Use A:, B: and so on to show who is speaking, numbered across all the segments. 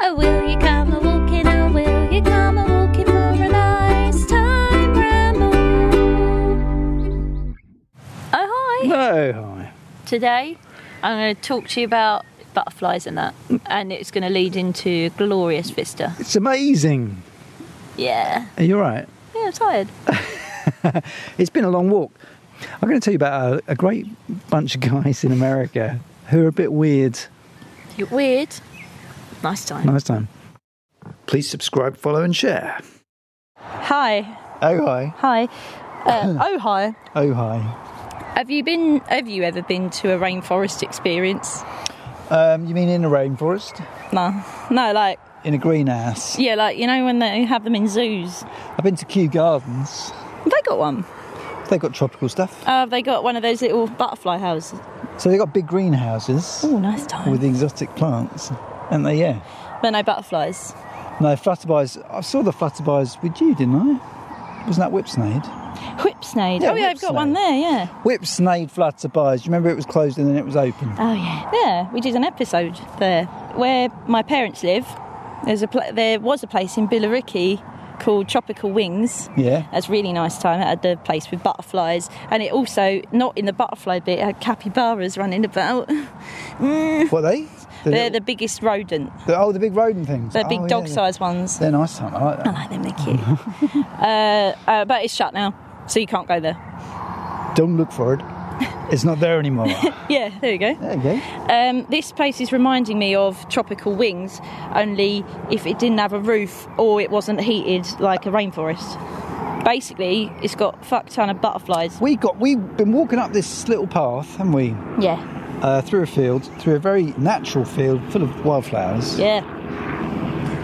A: Oh, will you come a walking? Oh, will you come a walking for a nice time ramble? Oh, hi.
B: No, hi.
A: Today, I'm going to talk to you about butterflies and that, and it's going to lead into glorious vista.
B: It's amazing.
A: Yeah.
B: Are you all right?
A: Yeah, I'm tired.
B: It's been a long walk. I'm going to tell you about a, a great bunch of guys in America who are a bit weird.
A: You're weird. Nice time.
B: Nice time. Please subscribe, follow, and share.
A: Hi.
B: Oh, hi.
A: Hi. Uh, oh, hi.
B: Oh, hi.
A: Have you been? Have you ever been to a rainforest experience?
B: Um, you mean in a rainforest?
A: No, no, like
B: In a greenhouse?
A: yeah, like you know when they have them in zoos.
B: I've been to Kew Gardens.
A: Have they got one?
B: They've got tropical stuff.
A: Oh, have they got one of those little butterfly houses?
B: So they've got big greenhouses
A: Oh, nice time.
B: with exotic plants. And they, yeah.
A: but no butterflies.
B: No, flutterbys. I saw the flutterbys with you, didn't I? Wasn't that whipsnade?
A: Whipsnade.
B: Yeah,
A: oh yeah, I've got
B: whipsnade.
A: one there. Yeah.
B: Whipsnade flutterbys. Do you remember it was closed and then it was open?
A: Oh yeah. Yeah, we did an episode there where my parents live. There's a pla there was a place in Billericay called Tropical Wings.
B: Yeah.
A: That's really nice time. It had the place with butterflies, and it also not in the butterfly bit it had capybaras running about.
B: What they? The
A: They're
B: little-
A: the biggest rodent.
B: the- oh, the big rodent things.
A: They're
B: Oh,
A: big
B: yeah,
A: dog-sized ones.
B: They're, they're nice. Time. I like
A: I
B: that.
A: like them. They're cute. uh, uh, but it's shut now, so you can't go there.
B: Don't look for it. It's not there anymore.
A: Yeah, there you go.
B: there you go.
A: Um, this place is reminding me of Tropical Wings, only if it didn't have a roof or it wasn't heated like a rainforest. Basically, it's got fuck ton of butterflies.
B: We got. We've been walking up this little path, haven't we?
A: Yeah,
B: Uh, through a field, through a very natural field full of wildflowers
A: yeah.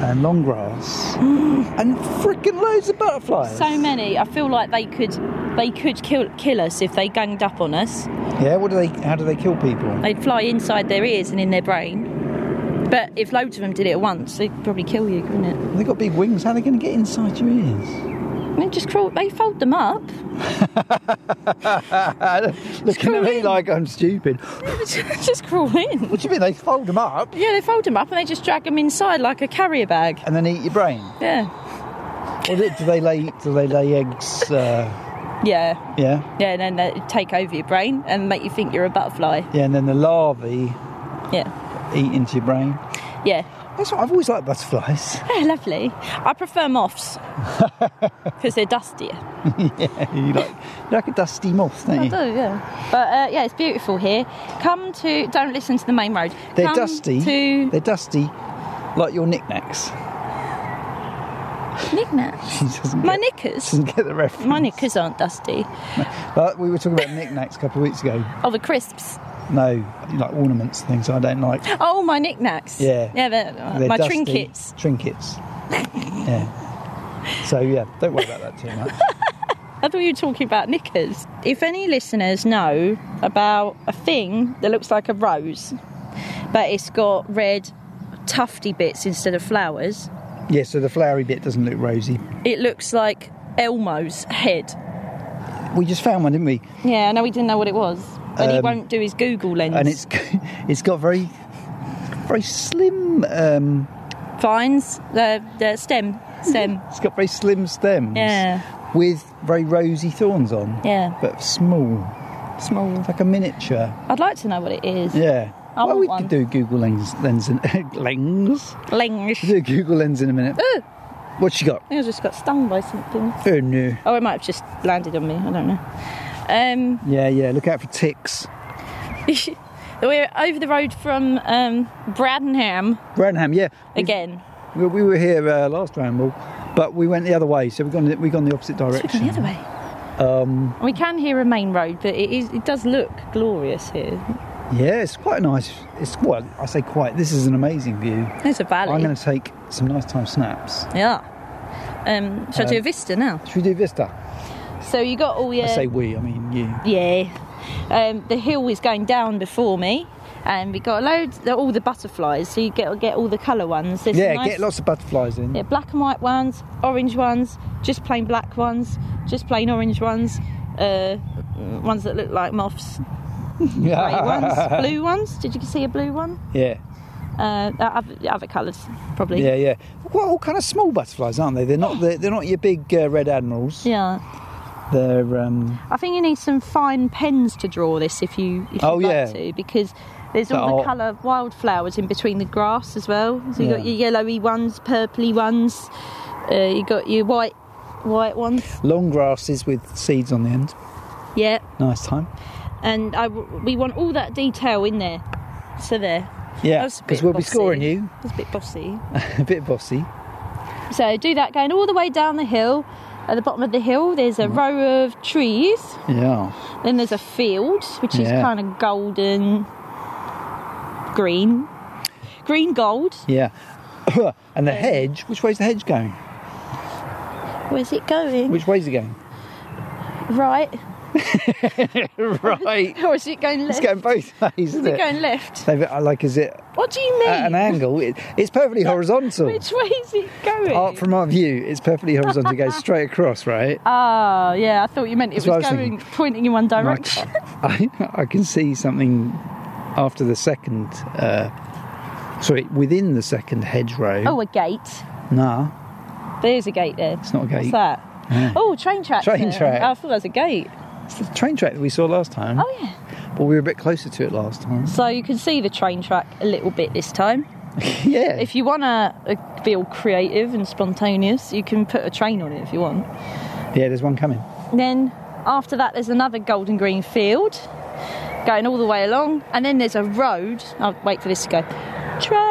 B: and long grass, and freaking loads of butterflies.
A: Mm. So many. I feel like they could they could kill kill us if they ganged up on us.
B: Yeah. What do they? How do they kill people?
A: They'd fly inside their ears and in their brain. But if loads of them did it at once, they'd probably kill you, wouldn't it?
B: They got big wings. How are they going to get inside your ears?
A: I mean, just crawl. They fold them up.
B: Looking at me
A: crawling.
B: like I'm stupid.
A: just crawl in.
B: What do you mean? They fold them up.
A: Yeah, they fold them up and they just drag them inside like a carrier bag.
B: and then eat your brain.
A: Yeah.
B: Or do, do they lay? Do they lay eggs? Uh,
A: Yeah,
B: yeah,
A: yeah, and then they take over your brain and make you think you're a butterfly.
B: yeah, and then the larvae
A: Yeah,
B: eat into your brain.
A: yeah.
B: That's what I've always liked butterflies.
A: Oh, lovely. I prefer moths because they're dustier.
B: yeah, you like you like a dusty moth, don't
A: I
B: you?
A: do, yeah. But uh, yeah, it's beautiful here. Come to, don't listen to the main road.
B: They're
A: Come
B: dusty.
A: To
B: They're dusty, like your knickknacks.
A: knickknacks.
B: She doesn't
A: My
B: get,
A: knickers.
B: doesn't get the reference.
A: My knickers aren't dusty.
B: But we were talking about knickknacks a couple of weeks ago.
A: Oh, the crisps.
B: No, you like ornaments, things I don't like.
A: Oh, my knickknacks.
B: Yeah.
A: Yeah, they're, uh,
B: They're
A: my
B: dusty
A: trinkets.
B: Trinkets. yeah. So yeah, don't worry about that too much.
A: I thought you were talking about knickers. If any listeners know about a thing that looks like a rose, but it's got red tufty bits instead of flowers,
B: Yeah, so the flowery bit doesn't look rosy.
A: it looks like Elmo's head.
B: We just found one, didn't we?
A: Yeah, I know he didn't know what it was, but he
B: Um,
A: won't do his Google lens.
B: and it's it's got very very slim um,
A: vines, the the stem, stem.
B: it's got very slim stems
A: Yeah.
B: with very rosy thorns on
A: Yeah.
B: but small
A: Small.
B: like a miniature
A: I'd like to know what it is.
B: yeah
A: I
B: well
A: want
B: we could
A: one.
B: do google lens lens in, lens
A: Langish.
B: do a google lens in a minute
A: Ooh,
B: what you got
A: I think I just got stung by something.
B: oh no
A: Oh, it might have just landed on me. I don't know. Um,
B: yeah yeah look out for ticks
A: We're over the road from um, Bradenham
B: Branham, yeah We-
A: again.
B: we, we were here uh, last ramble but we went the other way so we've gone we've gone the opposite
A: Should we
B: direction
A: go the other way. Um, we can hear a main road, but it, is, it does look glorious here.
B: yeah it's quite a nice it's well i say quite this is an amazing view
A: There's a
B: I'm
A: valley.
B: going to take some nice time snaps.
A: Yeah. Um, shall I do a
B: Um,
A: vista now?
B: Should we do Vista?
A: So you got all your.
B: I say we, I mean you.
A: Yeah. Um, the hill is going down before me, and we got loads. they're All the butterflies, so you get get all the colour ones. There's
B: yeah,
A: some nice-
B: get lots of butterflies in.
A: Yeah, black and white ones, orange ones, just plain black ones, just plain orange ones, uh, ones that look like moths, grey ones, blue ones. Did you see a blue one?
B: Yeah.
A: Uh, other, other colours, probably.
B: Yeah, yeah. Well, all kind of small butterflies, aren't they? They're not the, they're not your big uh, red admirals.
A: Yeah.
B: They're um,
A: I think you need some fine pens to draw this if you if
B: Oh,
A: you
B: yeah.
A: like to because there's
B: That'll-
A: all the colour wildflowers in between the grass as well. So you've got
B: Yeah.
A: your yellowy ones, purpley ones. Uh, you got your white white ones.
B: long grasses with seeds on the end.
A: Yeah,
B: Nice time.
A: and I w- we want all that detail in there. So there.
B: Yeah,
A: That's a bit
B: because we'll be
A: bossy.
B: scoring you
A: That's a bit bossy.
B: a bit bossy.
A: So do that going all the way down the hill. At the bottom of the hill, there's
B: Mm.
A: a row of trees.
B: Yeah,
A: Then there's a field, which is
B: Yeah.
A: kind of golden green. Green gold.
B: yeah. and the hedge. Which way's the hedge going?
A: Where's it going?
B: Which way's it going?
A: Right.
B: right.
A: Or Oh, is it going left?
B: It's going both ways,
A: is
B: isn't
A: it
B: it?
A: going left?
B: They've, I like, is it
A: What do you mean?
B: at an angle? It, it's perfectly horizontal.
A: Which way is it going?
B: Art from our view, it's perfectly horizontal. It goes straight across, right?
A: Oh, yeah, I thought you meant it
B: That's what
A: was
B: I was
A: going pointing in one
B: Like,
A: direction.
B: I, I can see something after the second. Uh, sorry, within the second hedgerow.
A: Oh, a gate.
B: nah,
A: There's a gate there.
B: it's not a
A: What's
B: gate.
A: that? Oh, train track.
B: Train
A: there.
B: track.
A: I thought that was a gate.
B: It's the train track that we saw last time.
A: Oh, yeah.
B: But we were a bit closer to it last time.
A: So you can see the train track a little bit this time.
B: yeah.
A: If you want to feel creative and spontaneous, you can put a train on it if you want.
B: yeah, there's one coming.
A: Then after that, there's another golden green field going all the way along, and then there's a road. I'll wait for this to go. Train.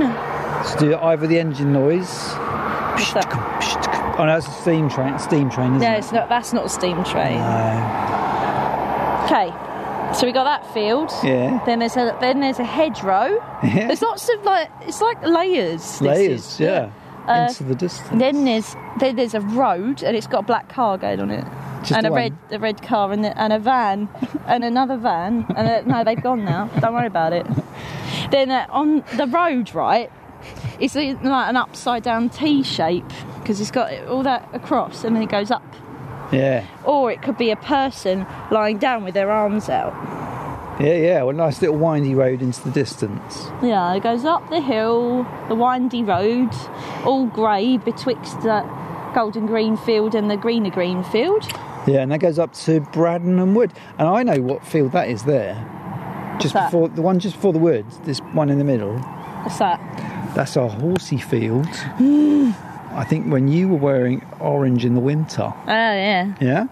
B: Let's do either the engine noise.
A: What's that?
B: Oh no, it's a steam train. Steam train, isn't
A: No,
B: it? Uh,
A: it's not. That's not a steam train.
B: No.
A: Okay, so we got that field.
B: Yeah.
A: Then there's a then there's a hedgerow.
B: Yeah.
A: There's lots of like it's like layers. this
B: Layers,
A: is.
B: yeah.
A: Uh,
B: Into the distance.
A: And Then there's then there's a road and it's got a black car going on it.
B: Just
A: and a
B: one?
A: red a red car and, a- and a van and another van and a, no they've gone now don't worry about it. Then uh, on the road right, it's a- like an upside down T shape because it's got all that across and then it goes up.
B: Yeah.
A: Or it could be a person lying down with their arms out.
B: Yeah, yeah. Well, nice little windy road into the distance.
A: Yeah, it goes up the hill, the windy road, all grey betwixt the golden green field and the greener green field.
B: Yeah, and that goes up to Bradenham Wood. And I know what field that is there. Just
A: that?
B: before the one just before the woods, this one in the middle.
A: What's that?
B: That's our horsey field. I think when you were wearing orange in the winter,
A: Oh yeah,
B: yeah?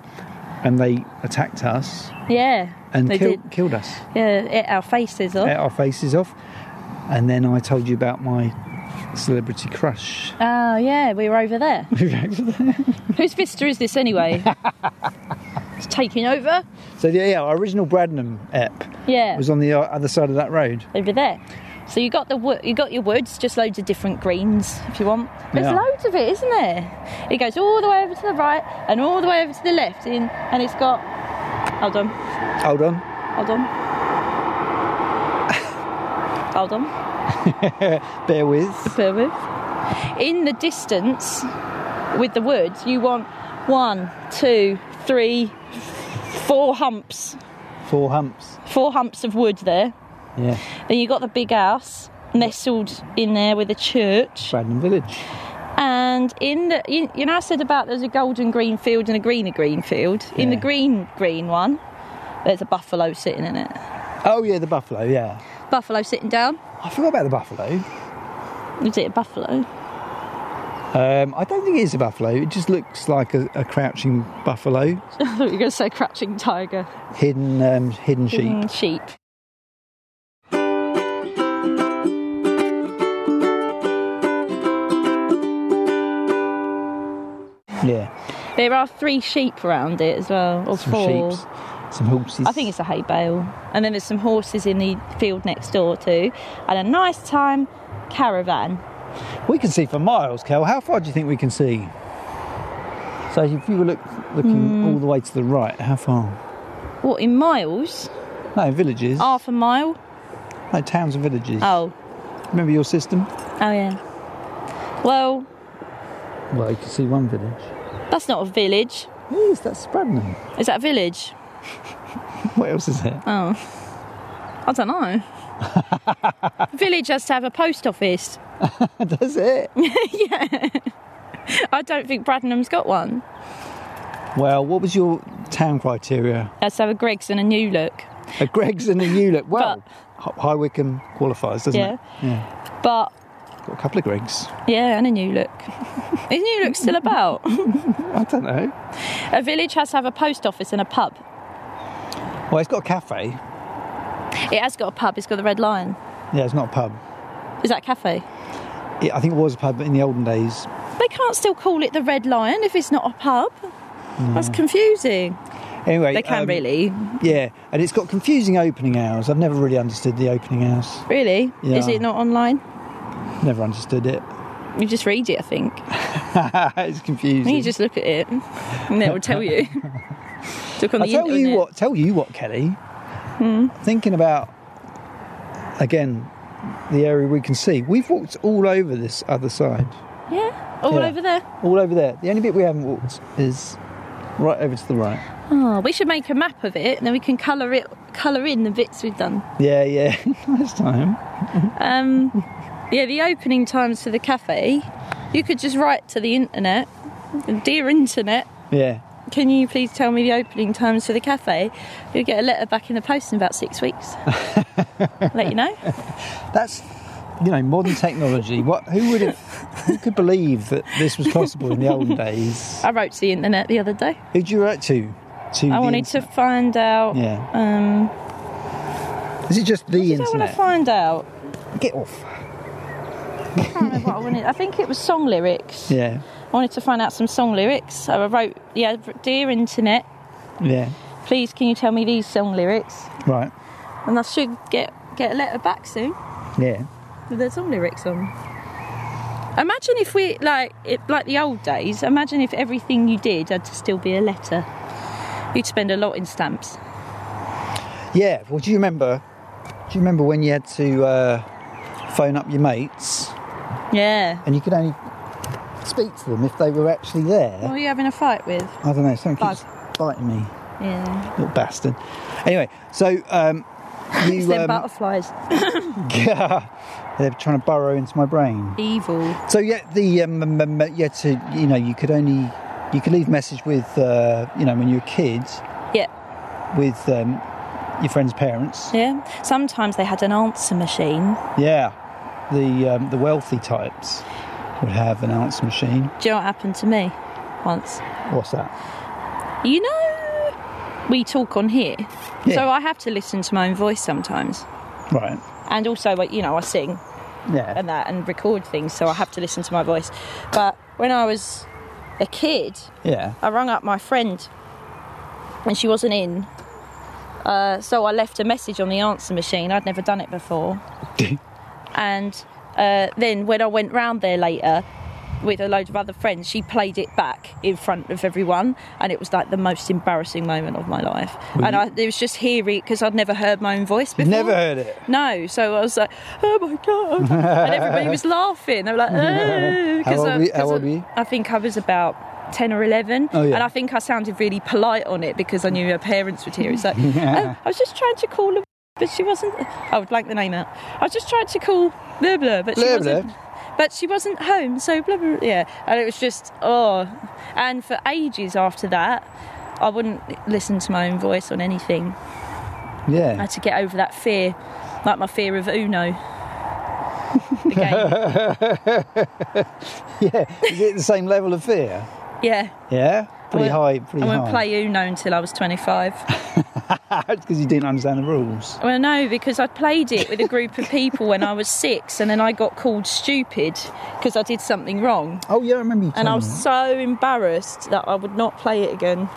B: And they attacked us
A: yeah.
B: and
A: they
B: kill,
A: did.
B: killed us.
A: Yeah, it, our faces oh. off.
B: Ate our faces off. And then I told you about my celebrity crush.
A: Oh yeah, we were over there.
B: so
A: Whose vista is this anyway? it's taking over.
B: yeah, yeah, our original Bradenham ep
A: Yeah,
B: was on the o- other side of that road.
A: over there. So you got the wo- you got your woods, just loads of different greens if you want. There's
B: Yeah.
A: loads of it, isn't there? It goes all the way over to the right and all the way over to the left, in, and it's got. Hold on.
B: Hold on.
A: Hold on. Hold on.
B: Bear with.
A: Bear with. In the distance with the woods, you want one, two, three, four humps.
B: Four humps.
A: Four humps of wood there.
B: Yeah.
A: Then you got the big house nestled in there with a church.
B: Bradenham Village.
A: And in the, you, you know, I said about there's a golden green field and a greener green field. In the
B: Yeah.
A: green, green one, there's a buffalo sitting in it.
B: Oh, yeah, the buffalo, yeah.
A: Buffalo sitting down.
B: I forgot about the buffalo.
A: Is it a buffalo?
B: Um, I don't think it is a buffalo. It just looks like a, a crouching buffalo,
A: I thought you were going to say crouching tiger.
B: hidden um, hidden sheep.
A: Mm, sheep.
B: Yeah,
A: There are three sheep around it as well, or
B: some
A: four.
B: sheep, some horses.
A: I think it's a hay bale. And then there's some horses in the field next door too. And a nice time caravan.
B: we can see for miles, Kel. How far do you think we can see? So if you were look, looking
A: Hmm.
B: all the way to the right, how far?
A: What, in miles?
B: No villages.
A: Half a mile?
B: No towns and villages.
A: Oh.
B: Remember your system?
A: Oh, yeah. Well,
B: Well, you can see one village.
A: that's not a village.
B: Yes, that's Bradenham.
A: Is that a village?
B: What else is there?
A: Oh. I don't know. Village has to have a post office.
B: Does it?
A: I don't think Bradenham's got one.
B: well, what was your town criteria?
A: Let's have a Greg's and a new look.
B: A Greg's and a Hewlett. Well, Hi- High Wycombe qualifies, doesn't it? Yeah.
A: But
B: Got a couple of Greg's.
A: yeah, and a new look. Is new look still about?
B: I don't know.
A: a village has to have a post office and a pub.
B: Well, it's got a cafe.
A: It has got a pub. It's got the Red Lion.
B: Yeah, it's not a pub.
A: Is that a cafe?
B: It, I think it was a pub in the olden days.
A: They can't still call it the Red Lion if it's not a pub. That's confusing.
B: Anyway,
A: They can
B: Mm. um,
A: really,
B: Yeah, and it's got confusing opening hours. I've never really understood the opening hours.
A: really. Is
B: Yeah.
A: it not online?
B: Never understood it.
A: You just read it, I think.
B: it's confusing.
A: You just look at it, and it will tell you. Look on
B: I
A: the
B: tell you
A: internet. Hmm?
B: what. Tell you what, Kelly. Thinking about again the area we can see. We've walked all over this other side,
A: Yeah, all
B: Yeah.
A: over there.
B: all over there. The only bit we haven't walked is right over to the right.
A: Oh, we should make a map of it, and then we can colour it, colour in the bits we've done.
B: Yeah, yeah. nice time.
A: Um, yeah, the opening times for the cafe. You could just write to the internet, dear internet.
B: Yeah.
A: Can you please tell me the opening times for the cafe? You'll get a letter back in the post in about six weeks. Let you know.
B: That's you know modern technology. What? Who would have? Who could believe that this was possible in the olden days?
A: I wrote to the internet the other day.
B: Who'd you write to? To
A: I
B: the
A: wanted to find out.
B: Yeah.
A: Um,
B: Is it just the
A: I want to
B: internet?
A: find out.
B: Get off.
A: I can't remember what I wanted. I think it was song lyrics.
B: Yeah.
A: I wanted to find out some song lyrics. So I wrote, yeah, dear internet,
B: Yeah.
A: please can you tell me these song lyrics?
B: Right.
A: And I should get get a letter back soon
B: Yeah.
A: with the song lyrics on. Imagine if we like it, like the old days. Imagine if everything you did had to still be a letter. You'd spend a lot in stamps.
B: Yeah. Well, do you remember? Do you remember when you had to uh, phone up your mates
A: Yeah.
B: and you could only speak to them if they were actually there?
A: What are you having a fight with?
B: I don't know. Someone
A: Bug.
B: keeps biting me,
A: Yeah.
B: little bastard. Anyway, so um,
A: It's
B: you
A: them
B: um,
A: butterflies.
B: they're trying to burrow into my brain.
A: Evil.
B: So yeah, the um, um, um, yeah to you know you could only you could leave message with uh, you know when you were kids
A: Yeah.
B: with um, your friend's parents.
A: Yeah. Sometimes they had an answer machine.
B: Yeah, the um, the wealthy types would have an answer machine.
A: Do you know what happened to me once?
B: What's that?
A: You know, we talk on here.
B: Yeah.
A: So I have to listen to my own voice sometimes.
B: Right.
A: And also, like, you know, I sing
B: Yeah.
A: and that and record things, so I have to listen to my voice. But when I was a kid,
B: yeah.
A: I rang up my friend and she wasn't in. Uh, so I left a message on the answer machine. I'd never done it before. and uh, then when I went round there later with a load of other friends, she played it back in front of everyone, and it was like the most embarrassing moment of my life. and I, it was just hearing because I'd never heard my own voice before.
B: Never heard it.
A: No, so I was like, oh my god, and everybody was laughing. They were like, oh,
B: How
A: 'cause
B: old
A: I-
B: were you- how
A: 'cause
B: old
A: I-
B: were you?
A: I think I was about. 10 or 11
B: Oh, yeah.
A: and I think I sounded really polite on it because I knew her parents would hear it. It's like, oh, I was just trying to call her, but she wasn't. I would blank the name out. I was just trying to call blah blah, but she
B: Blah, blah.
A: wasn't. But she wasn't home, so blah blah. Yeah, and it was just oh, and for ages after that, I wouldn't listen to my own voice on anything. I
B: Yeah.
A: had to get over that fear, like my fear of Uno. the game.
B: Yeah. Is it the same level of fear?
A: Yeah.
B: Yeah. Pretty
A: I
B: high.
A: won't-
B: Pretty
A: I
B: high.
A: won't play Uno until I was 25.
B: because you didn't understand the rules.
A: Well, no, because I played it with a group of people when I was six, and then I got called stupid because I did something wrong.
B: Oh yeah, I remember you.
A: And I
B: telling
A: was so embarrassed that I would not play it again.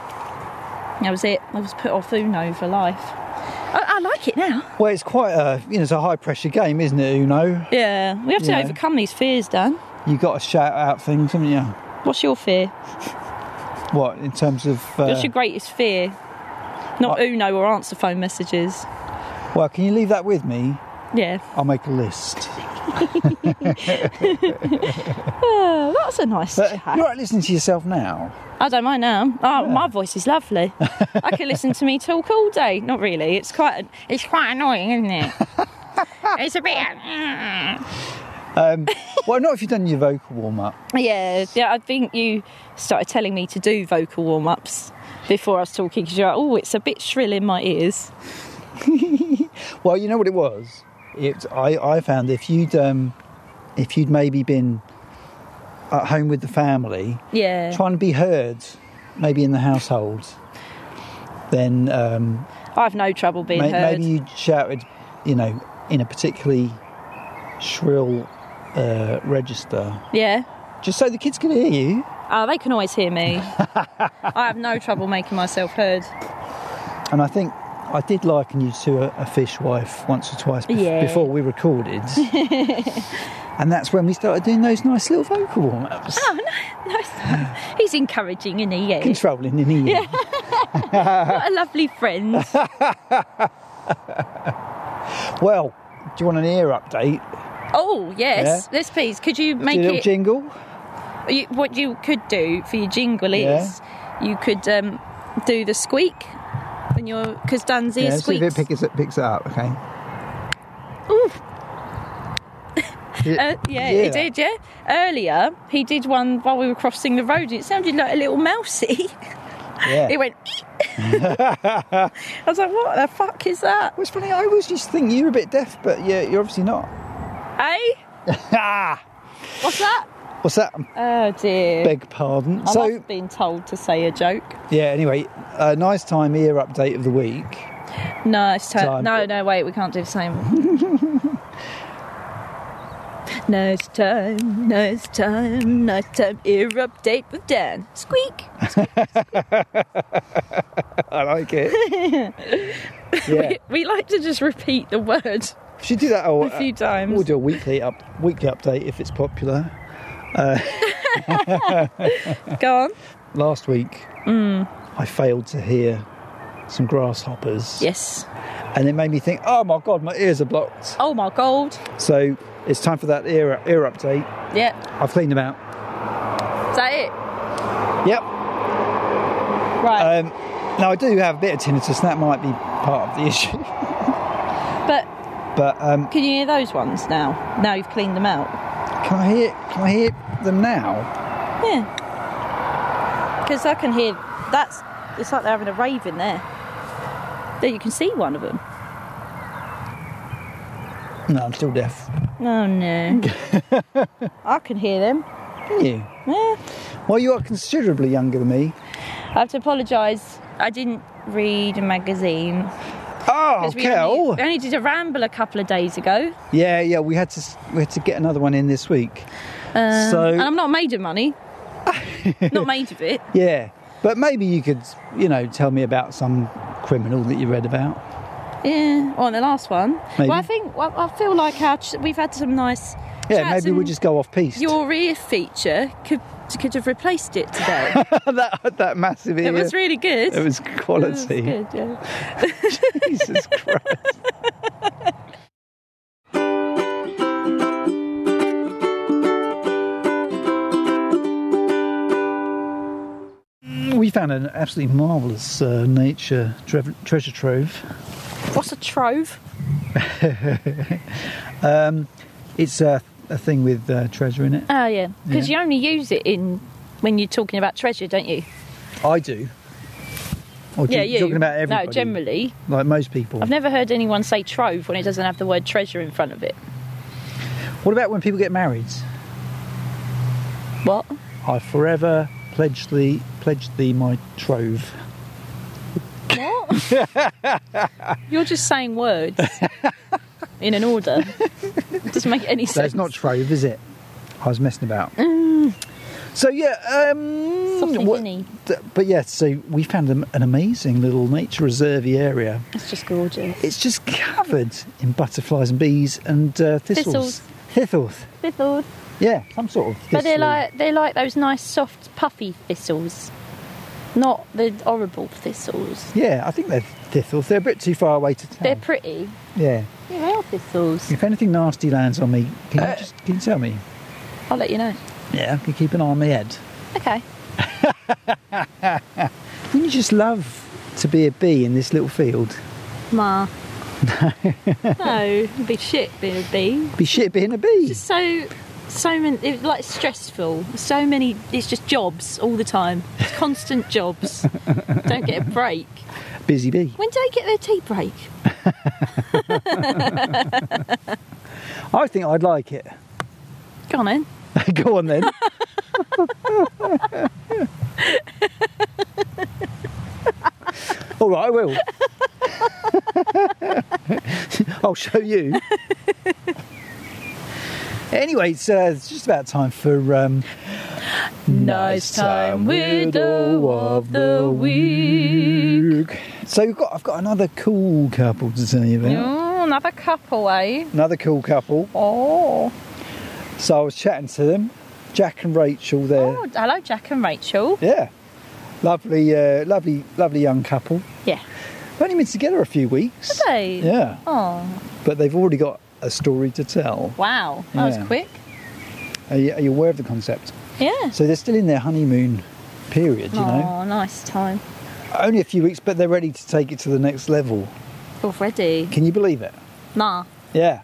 A: That was it. I was put off Uno for life. I, I like it now.
B: me. Well, it's quite a you know it's a high pressure game, isn't it? You know,
A: Yeah, we have to
B: Yeah.
A: overcome these fears, Dan.
B: you got to shout out things, haven't you?
A: What's your fear?
B: What in terms of? Uh,
A: What's your greatest fear? Not
B: I-
A: Uno or answer phone messages.
B: well, can you leave that with me?
A: Yeah.
B: I'll make a list.
A: Oh, that's a nice
B: But
A: chat.
B: you're right, listening to yourself now.
A: I don't mind now. Oh, my voice is lovely. I could listen to me talk all day. Not really. It's quite. It's quite annoying, isn't it? it's a bit.
B: Um, well, not if you've done your vocal warm up.
A: Yeah, yeah. I think you started telling me to do vocal warm ups before I was talking because you're like, oh, it's a bit shrill in my ears.
B: Well, you know what it was. It I, I found if you'd um, if you'd maybe been at home with the family,
A: Yeah.
B: trying to be heard, maybe in the household, then um,
A: I have no trouble being
B: may-
A: heard.
B: maybe you shouted, you know, in a particularly shrill uh, register,
A: Yeah.
B: just so the kids could hear you.
A: Oh, they can always hear me. I have no trouble making myself heard.
B: And I think I did liken you to a, a fishwife once or twice bef-
A: Yeah.
B: before we recorded. and that's when we started doing those nice little vocal warm ups.
A: He's encouraging, isn't he? Yeah.
B: Controlling in the ear.
A: What a lovely friend.
B: Well, do you want an ear update?
A: Oh yes, yes please. Could you make
B: do a little
A: it?
B: jingle?
A: you, what you could do for your jingle is you could um, do the squeak and your because Dan's ear
B: yeah, see if
A: squeaks.
B: it picks it, picks it up, okay?
A: Ooh,
B: Did it-
A: uh, yeah,
B: you hear
A: it
B: that?
A: did. Yeah, earlier he did one while we were crossing the road. and It sounded like a little mousey.
B: Yeah.
A: it went. I was like, what the fuck is that?
B: Well, it's funny, I always used to think you were a bit deaf, but yeah, you're obviously not.
A: Hey,
B: ah!
A: what's that?
B: What's that?
A: Oh dear.
B: Beg pardon.
A: I
B: so,
A: love being told to say a joke.
B: yeah, anyway, a nice time ear update of the week.
A: No, it's ter-
B: Time.
A: No, no, wait, we can't do the same. nice time, nice time, nice time. Ear update with Dan. Squeak.
B: I like it. yeah.
A: We like to just repeat the word.
B: Should do that all,
A: A few times.
B: Uh, We'll do a weekly up weekly update if it's popular.
A: Go on.
B: Last week,
A: Mm.
B: I failed to hear some grasshoppers,
A: Yes.
B: and it made me think, "Oh my god, my ears are blocked."
A: Oh my god.
B: So it's time for that ear ear update.
A: Yeah.
B: I've cleaned them out.
A: Is that it?
B: Yep.
A: Right.
B: Um, now I do have a bit of tinnitus, and that might be part of the issue.
A: but
B: But um,
A: can you hear those ones now? Now you've cleaned them out.
B: can I hear can I hear them now?
A: Yeah. Because I can hear. That's. It's like they're having a rave in there. There you can see one of them.
B: No, I'm still deaf.
A: Oh no. I can hear them.
B: Can you?
A: Yeah.
B: Well, you are considerably younger than me.
A: I have to apologise. I didn't read a magazine.
B: Oh,
A: 'Cause we
B: Kel.
A: only, we only did a ramble a couple of days ago.
B: Yeah, yeah, we had to s- we had to get another one in this week.
A: Um,
B: So-
A: and I'm not made of money. not made of it.
B: Yeah, but maybe you could, you know, tell me about some criminal that you read about.
A: Yeah. On the last one.
B: Maybe.
A: Well, I think well, I feel like our ch- we've had some nice.
B: Yeah,
A: chats
B: maybe we
A: and
B: just go off piece.
A: Your ear feature could could have replaced it today.
B: that that massive ear.
A: it was really good.
B: it was
A: It was
B: quality.
A: good. Yeah.
B: Jesus Christ. We found an absolutely marvellous uh, nature trev- treasure trove.
A: What a trove.
B: It's a, a thing with uh, treasure in it.
A: Oh yeah. Because
B: Yeah.
A: you only use it in when you're talking about treasure, don't you?
B: I do. Or do
A: yeah,
B: you,
A: you.
B: talking about everybody?
A: No, generally.
B: Like most people.
A: I've never heard anyone say trove when it doesn't have the word treasure in front of it.
B: What about when people get married?
A: What?
B: I forever pledged thee, pledged thee my trove.
A: What? You're just saying words in an order. Doesn't make any
B: So
A: sense.
B: it's not trove, is it? I was messing about.
A: Mm.
B: So yeah, um,
A: Sausage,
B: what-
A: innit?
B: th- but yeah, so we found an, an amazing little nature reservy area.
A: It's just gorgeous.
B: It's just covered in butterflies and bees and uh, thistles.
A: Thistles.
B: Thistles.
A: Thistles.
B: Yeah, some sort of.
A: But they're
B: thistle.
A: like they're like those nice soft puffy thistles. Not the horrible thistles.
B: Yeah, I think they're thistles. They're a bit too far away to tell.
A: They're pretty.
B: yeah.
A: Yeah, they are thistles.
B: If anything nasty lands on me, can
A: Uh,
B: you just can you tell me?
A: I'll let you know.
B: Yeah, I can keep an eye on my head.
A: Okay.
B: Wouldn't you just love to be a bee in this little field?
A: Ma. No. no, it'd be shit being a bee.
B: Be shit being a bee.
A: Just so, so many, it, like stressful. So many, it's just jobs all the time. It's constant jobs. Don't get a break.
B: Busy bee.
A: When do they get their tea break?
B: I think I'd like it.
A: Go on then.
B: Go on then. All right, I will. I'll show you. anyway, it's, uh, it's just about time for um,
A: Nice time widow of the week.
B: So we've got, I've got another cool couple to tell you about.
A: Oh, another couple, eh?
B: Another cool couple.
A: Oh.
B: So I was chatting to them, Jack and Rachel. There,
A: Oh, hello, Jack and Rachel.
B: yeah, lovely, uh, lovely, lovely young couple.
A: Yeah.
B: They've only been together a few weeks.
A: Hey.
B: Yeah,
A: Oh,
B: but they've already got a story to tell.
A: wow. That
B: Yeah.
A: was quick.
B: Are you, are you aware of the concept?
A: Yeah.
B: So they're still in their honeymoon period, you know.
A: Oh, nice time.
B: Only a few weeks, but they're ready to take it to the next level.
A: Already.
B: Can you believe it?
A: Nah.
B: Yeah.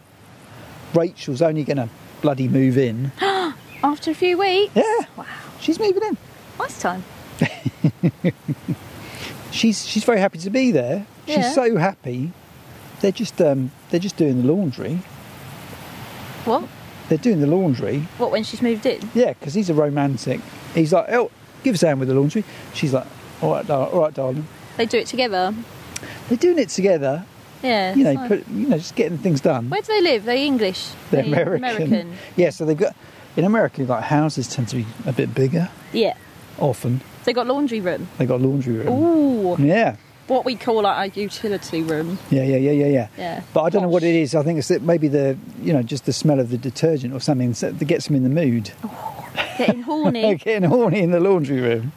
B: Rachel's only going to bloody move in.
A: After a few weeks.
B: Yeah.
A: Wow.
B: She's moving in.
A: Nice time.
B: She's she's very happy to be there.
A: Yeah.
B: She's so happy. They're just um they're just doing the laundry.
A: What?
B: They're doing the laundry.
A: What, when she's moved in?
B: Yeah, because he's a romantic. He's like, oh, give us a hand with the laundry. She's like, all right, dar- all right, darling.
A: They do it together.
B: They're doing it together.
A: Yeah.
B: You know,
A: fine.
B: put, you know, just getting things done.
A: Where do they live? They English?
B: They're
A: They
B: American.
A: American.
B: Yeah, so they've got in America like houses tend to be a bit bigger.
A: Yeah.
B: Often
A: They got laundry room.
B: they got a laundry room.
A: Ooh.
B: Yeah,
A: What we call like, our utility room.
B: yeah, yeah, yeah, yeah, yeah.
A: Yeah.
B: But I don't know what
A: Posh.
B: it is. I think it's that maybe the you know just the smell of the detergent or something so- that gets them in the mood.
A: Oh. Getting
B: They're
A: horny.
B: getting horny in the laundry room.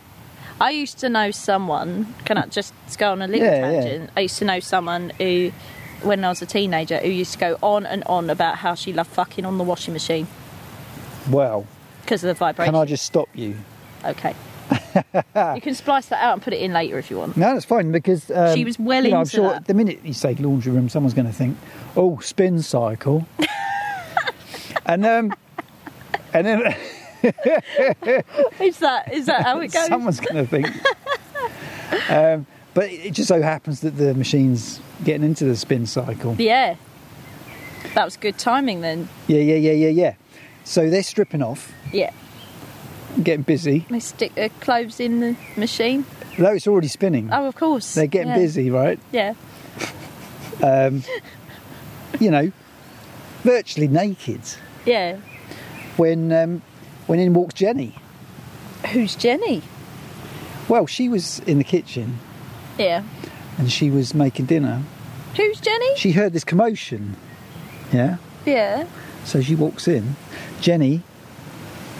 A: I used to know someone. Can I just go on a little
B: Yeah, yeah.
A: tangent? I used to know someone who, when I was a teenager, who used to go on and on about how she loved fucking on the washing machine
B: Well,
A: because of the
B: can I
A: vibration.
B: just stop you?
A: Okay. you can splice that out and put it in later if you want.
B: No, that's fine because um,
A: She was well
B: you know, I'm
A: into
B: sure
A: that.
B: the minute you say laundry room, someone's going to think, "Oh, spin cycle," and um, and then.
A: Is that is that how it goes?
B: Someone's going to think. um, but it it just so happens that the machine's getting into the spin cycle.
A: Yeah. That was good timing then.
B: Yeah, yeah, yeah, yeah, yeah. So they're stripping off,
A: Yeah.
B: getting busy.
A: They stick their clothes in the machine.
B: Though it's already spinning,
A: Oh, of course.
B: they're getting
A: Yeah.
B: busy, right?
A: Yeah.
B: Um, you know, virtually naked.
A: Yeah.
B: When um, when in walks Jenny.
A: Who's Jenny?
B: Well, she was in the kitchen
A: Yeah.
B: and she was making dinner.
A: Who's Jenny?
B: She heard this commotion. Yeah.
A: Yeah.
B: So she walks in. Jenny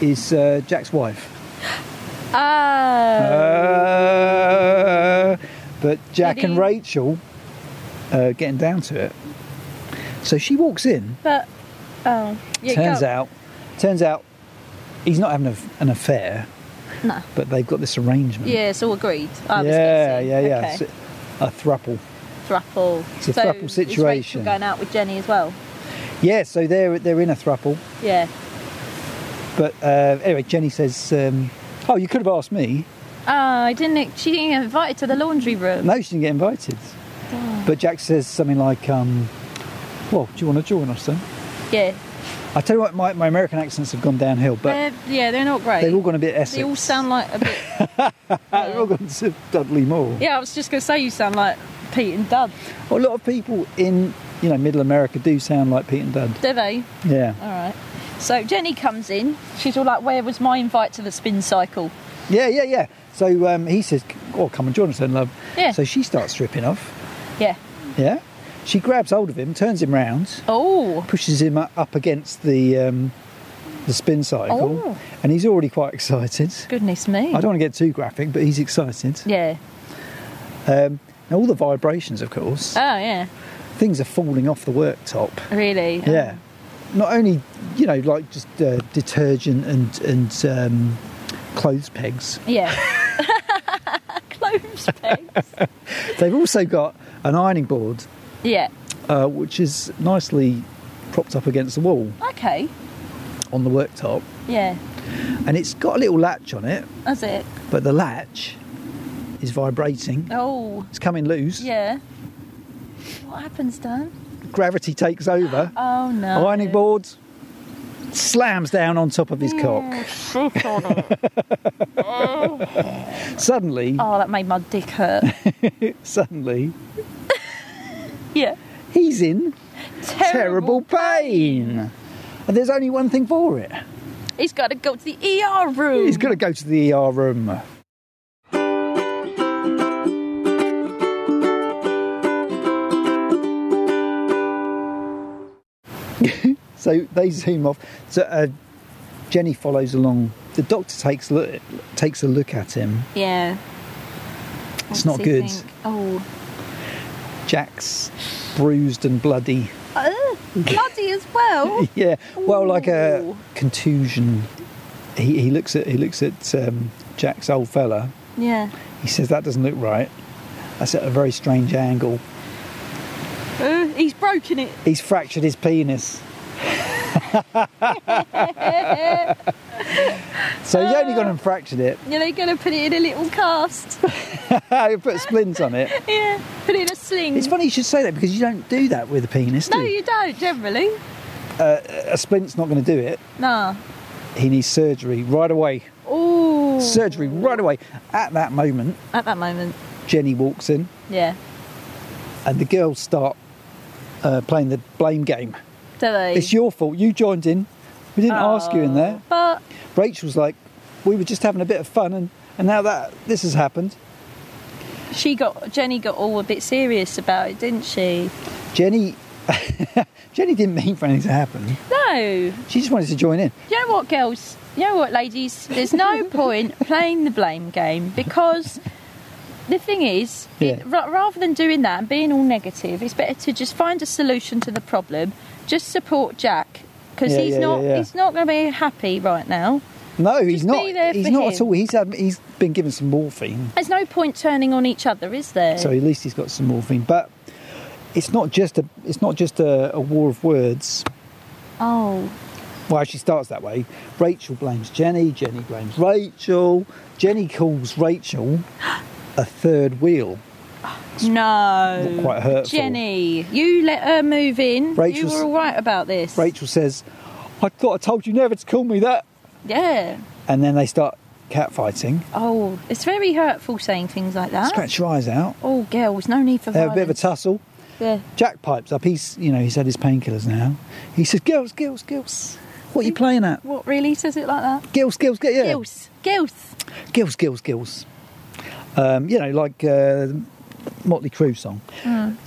B: is uh, Jack's wife.
A: Uh, Ah.
B: Uh, but Jack and
A: Did he-
B: Rachel uh, getting down to it. So she walks in.
A: but oh. Yeah,
B: turns
A: go-
B: out, turns out, he's not having a, an affair,
A: No.
B: but they've got this arrangement.
A: Yeah, it's all agreed. I was
B: yeah,
A: guessing.
B: yeah, yeah.
A: Okay.
B: So- A thruple.
A: Thruple.
B: It's a
A: so
B: thruple
A: is
B: situation.
A: Rachel going out with Jenny as well.
B: Yeah. So they're they're in a thruple.
A: Yeah.
B: But uh, anyway, Jenny says, um, "Oh, you could have asked me."
A: Ah, I didn't. She didn't get invited to the laundry room.
B: No, she didn't get invited.
A: Oh.
B: But Jack says something like, um, "Well, do you want to join us then?"
A: Yeah.
B: I tell you what, my, my American accents have gone downhill, but
A: they're, yeah, they're not great.
B: They've all gone a bit Essex.
A: They all sound like a bit.
B: They've all gone to Dudley Moore.
A: yeah, I was just going to say you sound like Pete and Dud.
B: Well, a lot of people in you know Middle America do sound like Pete and Dud.
A: Do they?
B: Yeah,
A: All right. So Jenny comes in. She's all like, "Where was my invite to the spin cycle?"
B: yeah, yeah, yeah. So um, he says, "Oh, come and join us, then, love."
A: Yeah.
B: So she starts stripping off.
A: Yeah.
B: Yeah. She grabs hold of him, turns him round,
A: Oh.
B: pushes him u- up against the um, the spin cycle,
A: Oh.
B: and he's already quite excited.
A: Goodness me.
B: I don't want to get too graphic, but he's excited.
A: Yeah.
B: Um, and all the vibrations, of course.
A: Oh yeah.
B: Things are falling off the worktop.
A: Uh. Really.
B: Yeah. Not only, you know, like just uh, detergent and and um, clothes pegs.
A: Oh, yeah. Clothes pegs.
B: They've also got an ironing board
A: Yeah.
B: uh, which is nicely propped up against the wall
A: Okay.
B: on the worktop.
A: Yeah.
B: And it's got a little latch on it,
A: That's it.
B: but the latch is vibrating.
A: Oh.
B: It's coming loose.
A: Yeah. What happens, Dan?
B: Gravity takes over.
A: Oh no.
B: Ironing board slams down on top of his
A: Oh,
B: cock.
A: shit on it.
B: Suddenly,
A: Oh, that made my dick hurt.
B: suddenly,
A: Yeah.
B: he's in terrible pain. And there's only one thing for it.
A: He's got to go to the ER room.
B: He's got to go to the ER room. so they zoom off. So uh, Jenny follows along. The doctor takes look, takes a look at him.
A: Yeah.
B: It's
A: What's
B: not
A: he
B: good.
A: think? Oh.
B: Jack's bruised and bloody.
A: Uh, bloody as well.
B: yeah, well, like a
A: Ooh.
B: contusion. He, he looks at he looks at um, Jack's old fella.
A: Yeah.
B: He says that doesn't look right. That's at a very strange angle.
A: Uh, he's broken it.
B: He's fractured his penis. so he's only gone and fractured it.
A: You're know, going to put it in a little cast.
B: he put a splint on it.
A: yeah. Put it in a sling.
B: It's funny you should say that because you don't do that with a penis, do
A: No, you don't generally.
B: A splint's not going to do it.
A: Nah.
B: He needs surgery right away.
A: Ooh.
B: Surgery right away. At that moment,
A: At that moment.
B: Jenny walks in
A: Yeah.
B: and the girls start uh, playing the blame game.
A: Do they?
B: It's your fault. You joined in. We didn't ask you in there.
A: But
B: Rachel's like, we were just having a bit of fun, and, and now that this has happened,
A: she got Jenny got all a bit serious about it, didn't she?
B: Jenny, Jenny didn't mean for anything to happen.
A: No.
B: She just wanted to join in.
A: You know what, girls? You know what, ladies? There's no point playing the blame game because the thing is, it,
B: Yeah.
A: ra- rather than doing that and being all negative, it's better to just find a solution to the problem. Just support Jack because
B: Yeah,
A: he's
B: yeah,
A: not
B: yeah, yeah.
A: he's not going to be happy right now.
B: No, he's
A: Just
B: not.
A: be there
B: he's
A: for
B: not
A: him.
B: at all. He's had, he's been given some morphine,
A: There's no point turning on each other, is there?
B: so at least he's got some morphine. But it's not just a it's not just a, a war of words.
A: Oh,
B: Well, she starts that way. Rachel blames Jenny. Jenny blames Rachel. Jenny calls Rachel a third wheel.
A: no.
B: quite hurtful.
A: Jenny, you let her move in.
B: Rachel's-
A: you were all right about this.
B: Rachel says, "I thought I told you never to call me that."
A: Yeah.
B: And then they start catfighting.
A: Oh, it's very hurtful saying things like that.
B: Scratch your eyes out.
A: Oh, girls, no need for
B: They have a bit of a
A: violence.
B: tussle.
A: yeah.
B: Jack pipes up. He's, you know, he's had his painkillers now. He says, "Girls, girls, girls, what are you playing at?
A: What really says it like that?
B: Girls, girls, girls, yeah, girls,
A: Gills, gills.
B: girls, girls." Um, you know, like uh, Motley Crue song,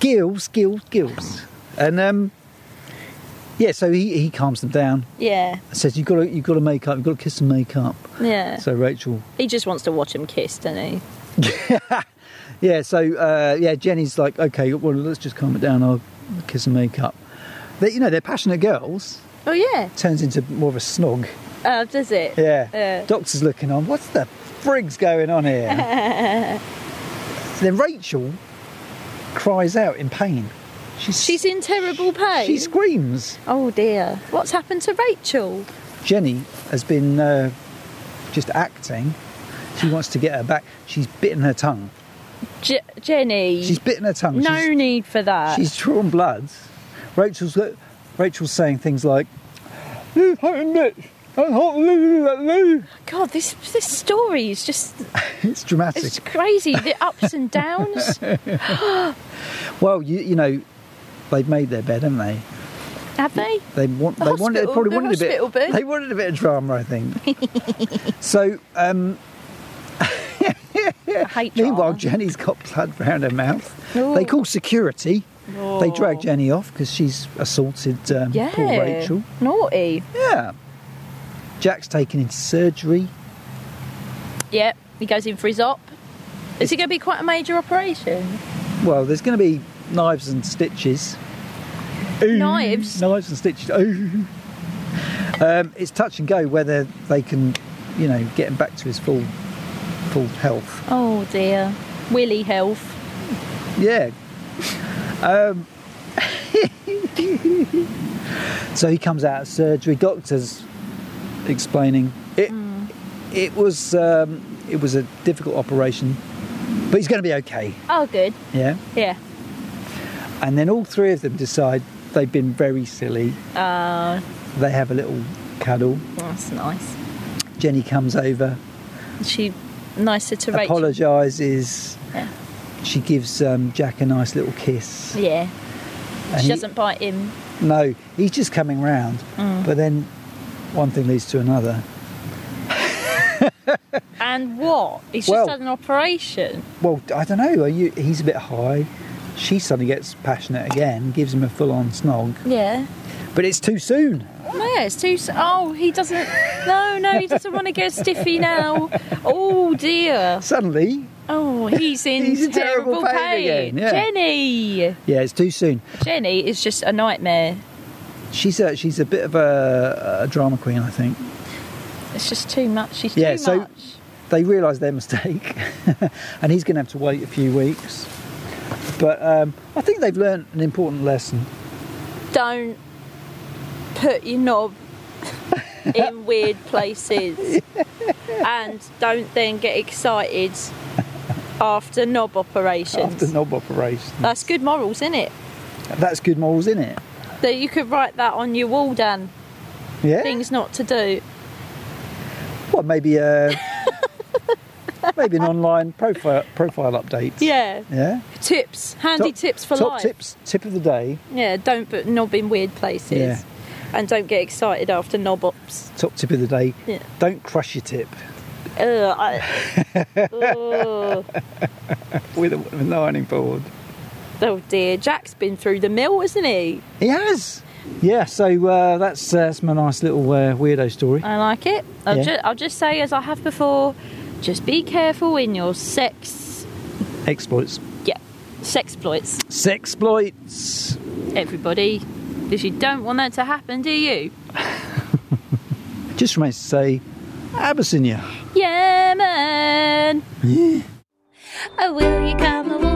B: "Girls, girls, girls." And um, yeah, so he, he calms them down.
A: Yeah,
B: Says, "You got to, you got to make up. You got to kiss and make up."
A: yeah.
B: So Rachel,
A: he just wants to watch him kiss, doesn't he?
B: yeah, so uh, yeah, Jenny's like, "Okay, well, let's just calm it down. I'll kiss and make up." They, you know, they're passionate girls.
A: Oh yeah.
B: Turns into more of a snog.
A: Uh, does it?
B: Yeah.
A: Yeah.
B: Doctor's looking on. What's the frig's going on here? then Rachel cries out in pain. She's,
A: She's in terrible pain.
B: she screams.
A: Oh dear. What's happened to Rachel?
B: Jenny has been uh, just acting. She wants to get her back. She's bitten her tongue.
A: J- Jenny.
B: She's bitten her tongue.
A: no
B: She's,
A: need for that.
B: she's drawn blood. Rachel's Rachel's saying things like, "You hurting me. I can't believe you let me."
A: God, this this story is just
B: It's dramatic.
A: it's crazy. The ups and downs.
B: Well, you you know, they've made their bed, haven't they?
A: Have they?
B: They want.
A: The
B: they wanted.
A: hospital-
B: Probably
A: the
B: wanted a
A: hospital
B: bit.
A: bed.
B: They wanted a bit of drama, I think. so, um,
A: I hate
B: meanwhile,
A: drama.
B: Jenny's got blood round her mouth.
A: Ooh.
B: They call security. They drag
A: Oh.
B: Jenny off because she's assaulted um,
A: Yeah.
B: poor Rachel.
A: Naughty.
B: Yeah. Jack's taken into surgery.
A: Yep. He goes in for his op. Is it going to be quite a major operation?
B: Well, there's going to be knives and stitches. Ooh,
A: Knives?
B: Knives and stitches. Ooh. Um, it's touch and go whether they can, you know, get him back to his full, full health.
A: Oh dear. Willy health.
B: Yeah. Um, so he comes out of surgery. Doctors explaining it. It was um, it was a difficult operation, but he's going to be okay.
A: Oh, good.
B: Yeah.
A: Yeah.
B: And then all three of them decide they've been very silly.
A: Uh,
B: They have a little cuddle.
A: that's nice.
B: Jenny comes over,
A: She nicer to Rachel.
B: apologises.
A: Yeah.
B: She gives um, Jack a nice little kiss.
A: Yeah.
B: And
A: she
B: he-
A: doesn't bite him.
B: No, he's just coming round.
A: Mm.
B: But then one thing leads to another.
A: And what? He's
B: Well-
A: just had an operation.
B: Well, I don't know. Are you, he's a bit high. She suddenly gets passionate again, gives him a full on snog.
A: Yeah.
B: But it's too soon.
A: No, yeah, it's too. s- Oh, he doesn't. No, no, he doesn't want to get stiffy now. Oh dear.
B: Suddenly,
A: Oh, he's in,
B: He's in
A: terrible,
B: terrible pain again, yeah.
A: Jenny.
B: yeah, it's too soon.
A: Jenny is just a nightmare.
B: She's a, she's a bit of a, a drama queen, I think.
A: It's just too much. She's
B: Yeah,
A: too
B: so-
A: much.
B: They realise their mistake, and he's going to have to wait a few weeks. But um, I think they've learnt an important lesson.
A: Don't put your knob in weird places, and don't then get excited after knob operations.
B: After knob operation,
A: That's good morals, isn't it?
B: that's good morals, isn't it?
A: That you could write that on your wall, Dan.
B: Yeah.
A: Things not to do.
B: Well, maybe uh, maybe an online profile profile update.
A: Yeah.
B: Yeah.
A: Tips. Handy
B: Top-
A: tips for
B: top
A: life.
B: tips. Tip of the day.
A: Yeah. Don't put knob in weird places.
B: Yeah.
A: And don't get excited after knob ops.
B: Top tip of the day.
A: Yeah.
B: Don't crush your tip
A: Ugh, I, Ugh.
B: with a, with an ironing board.
A: Oh dear. Jack's been through the mill, hasn't he?
B: He has. Yeah. So uh, that's uh, that's my nice little uh, weirdo story.
A: I like it. I'll,
B: Yeah.
A: ju- I'll just say, as I have before, just be careful in your sex.
B: Exploits.
A: Yeah. Sexploits,
B: Sexploits.
A: everybody. Because you don't want that to happen, do you?
B: Just remains to say, Abyssinia.
A: Yeah, man.
C: Oh, will you come along?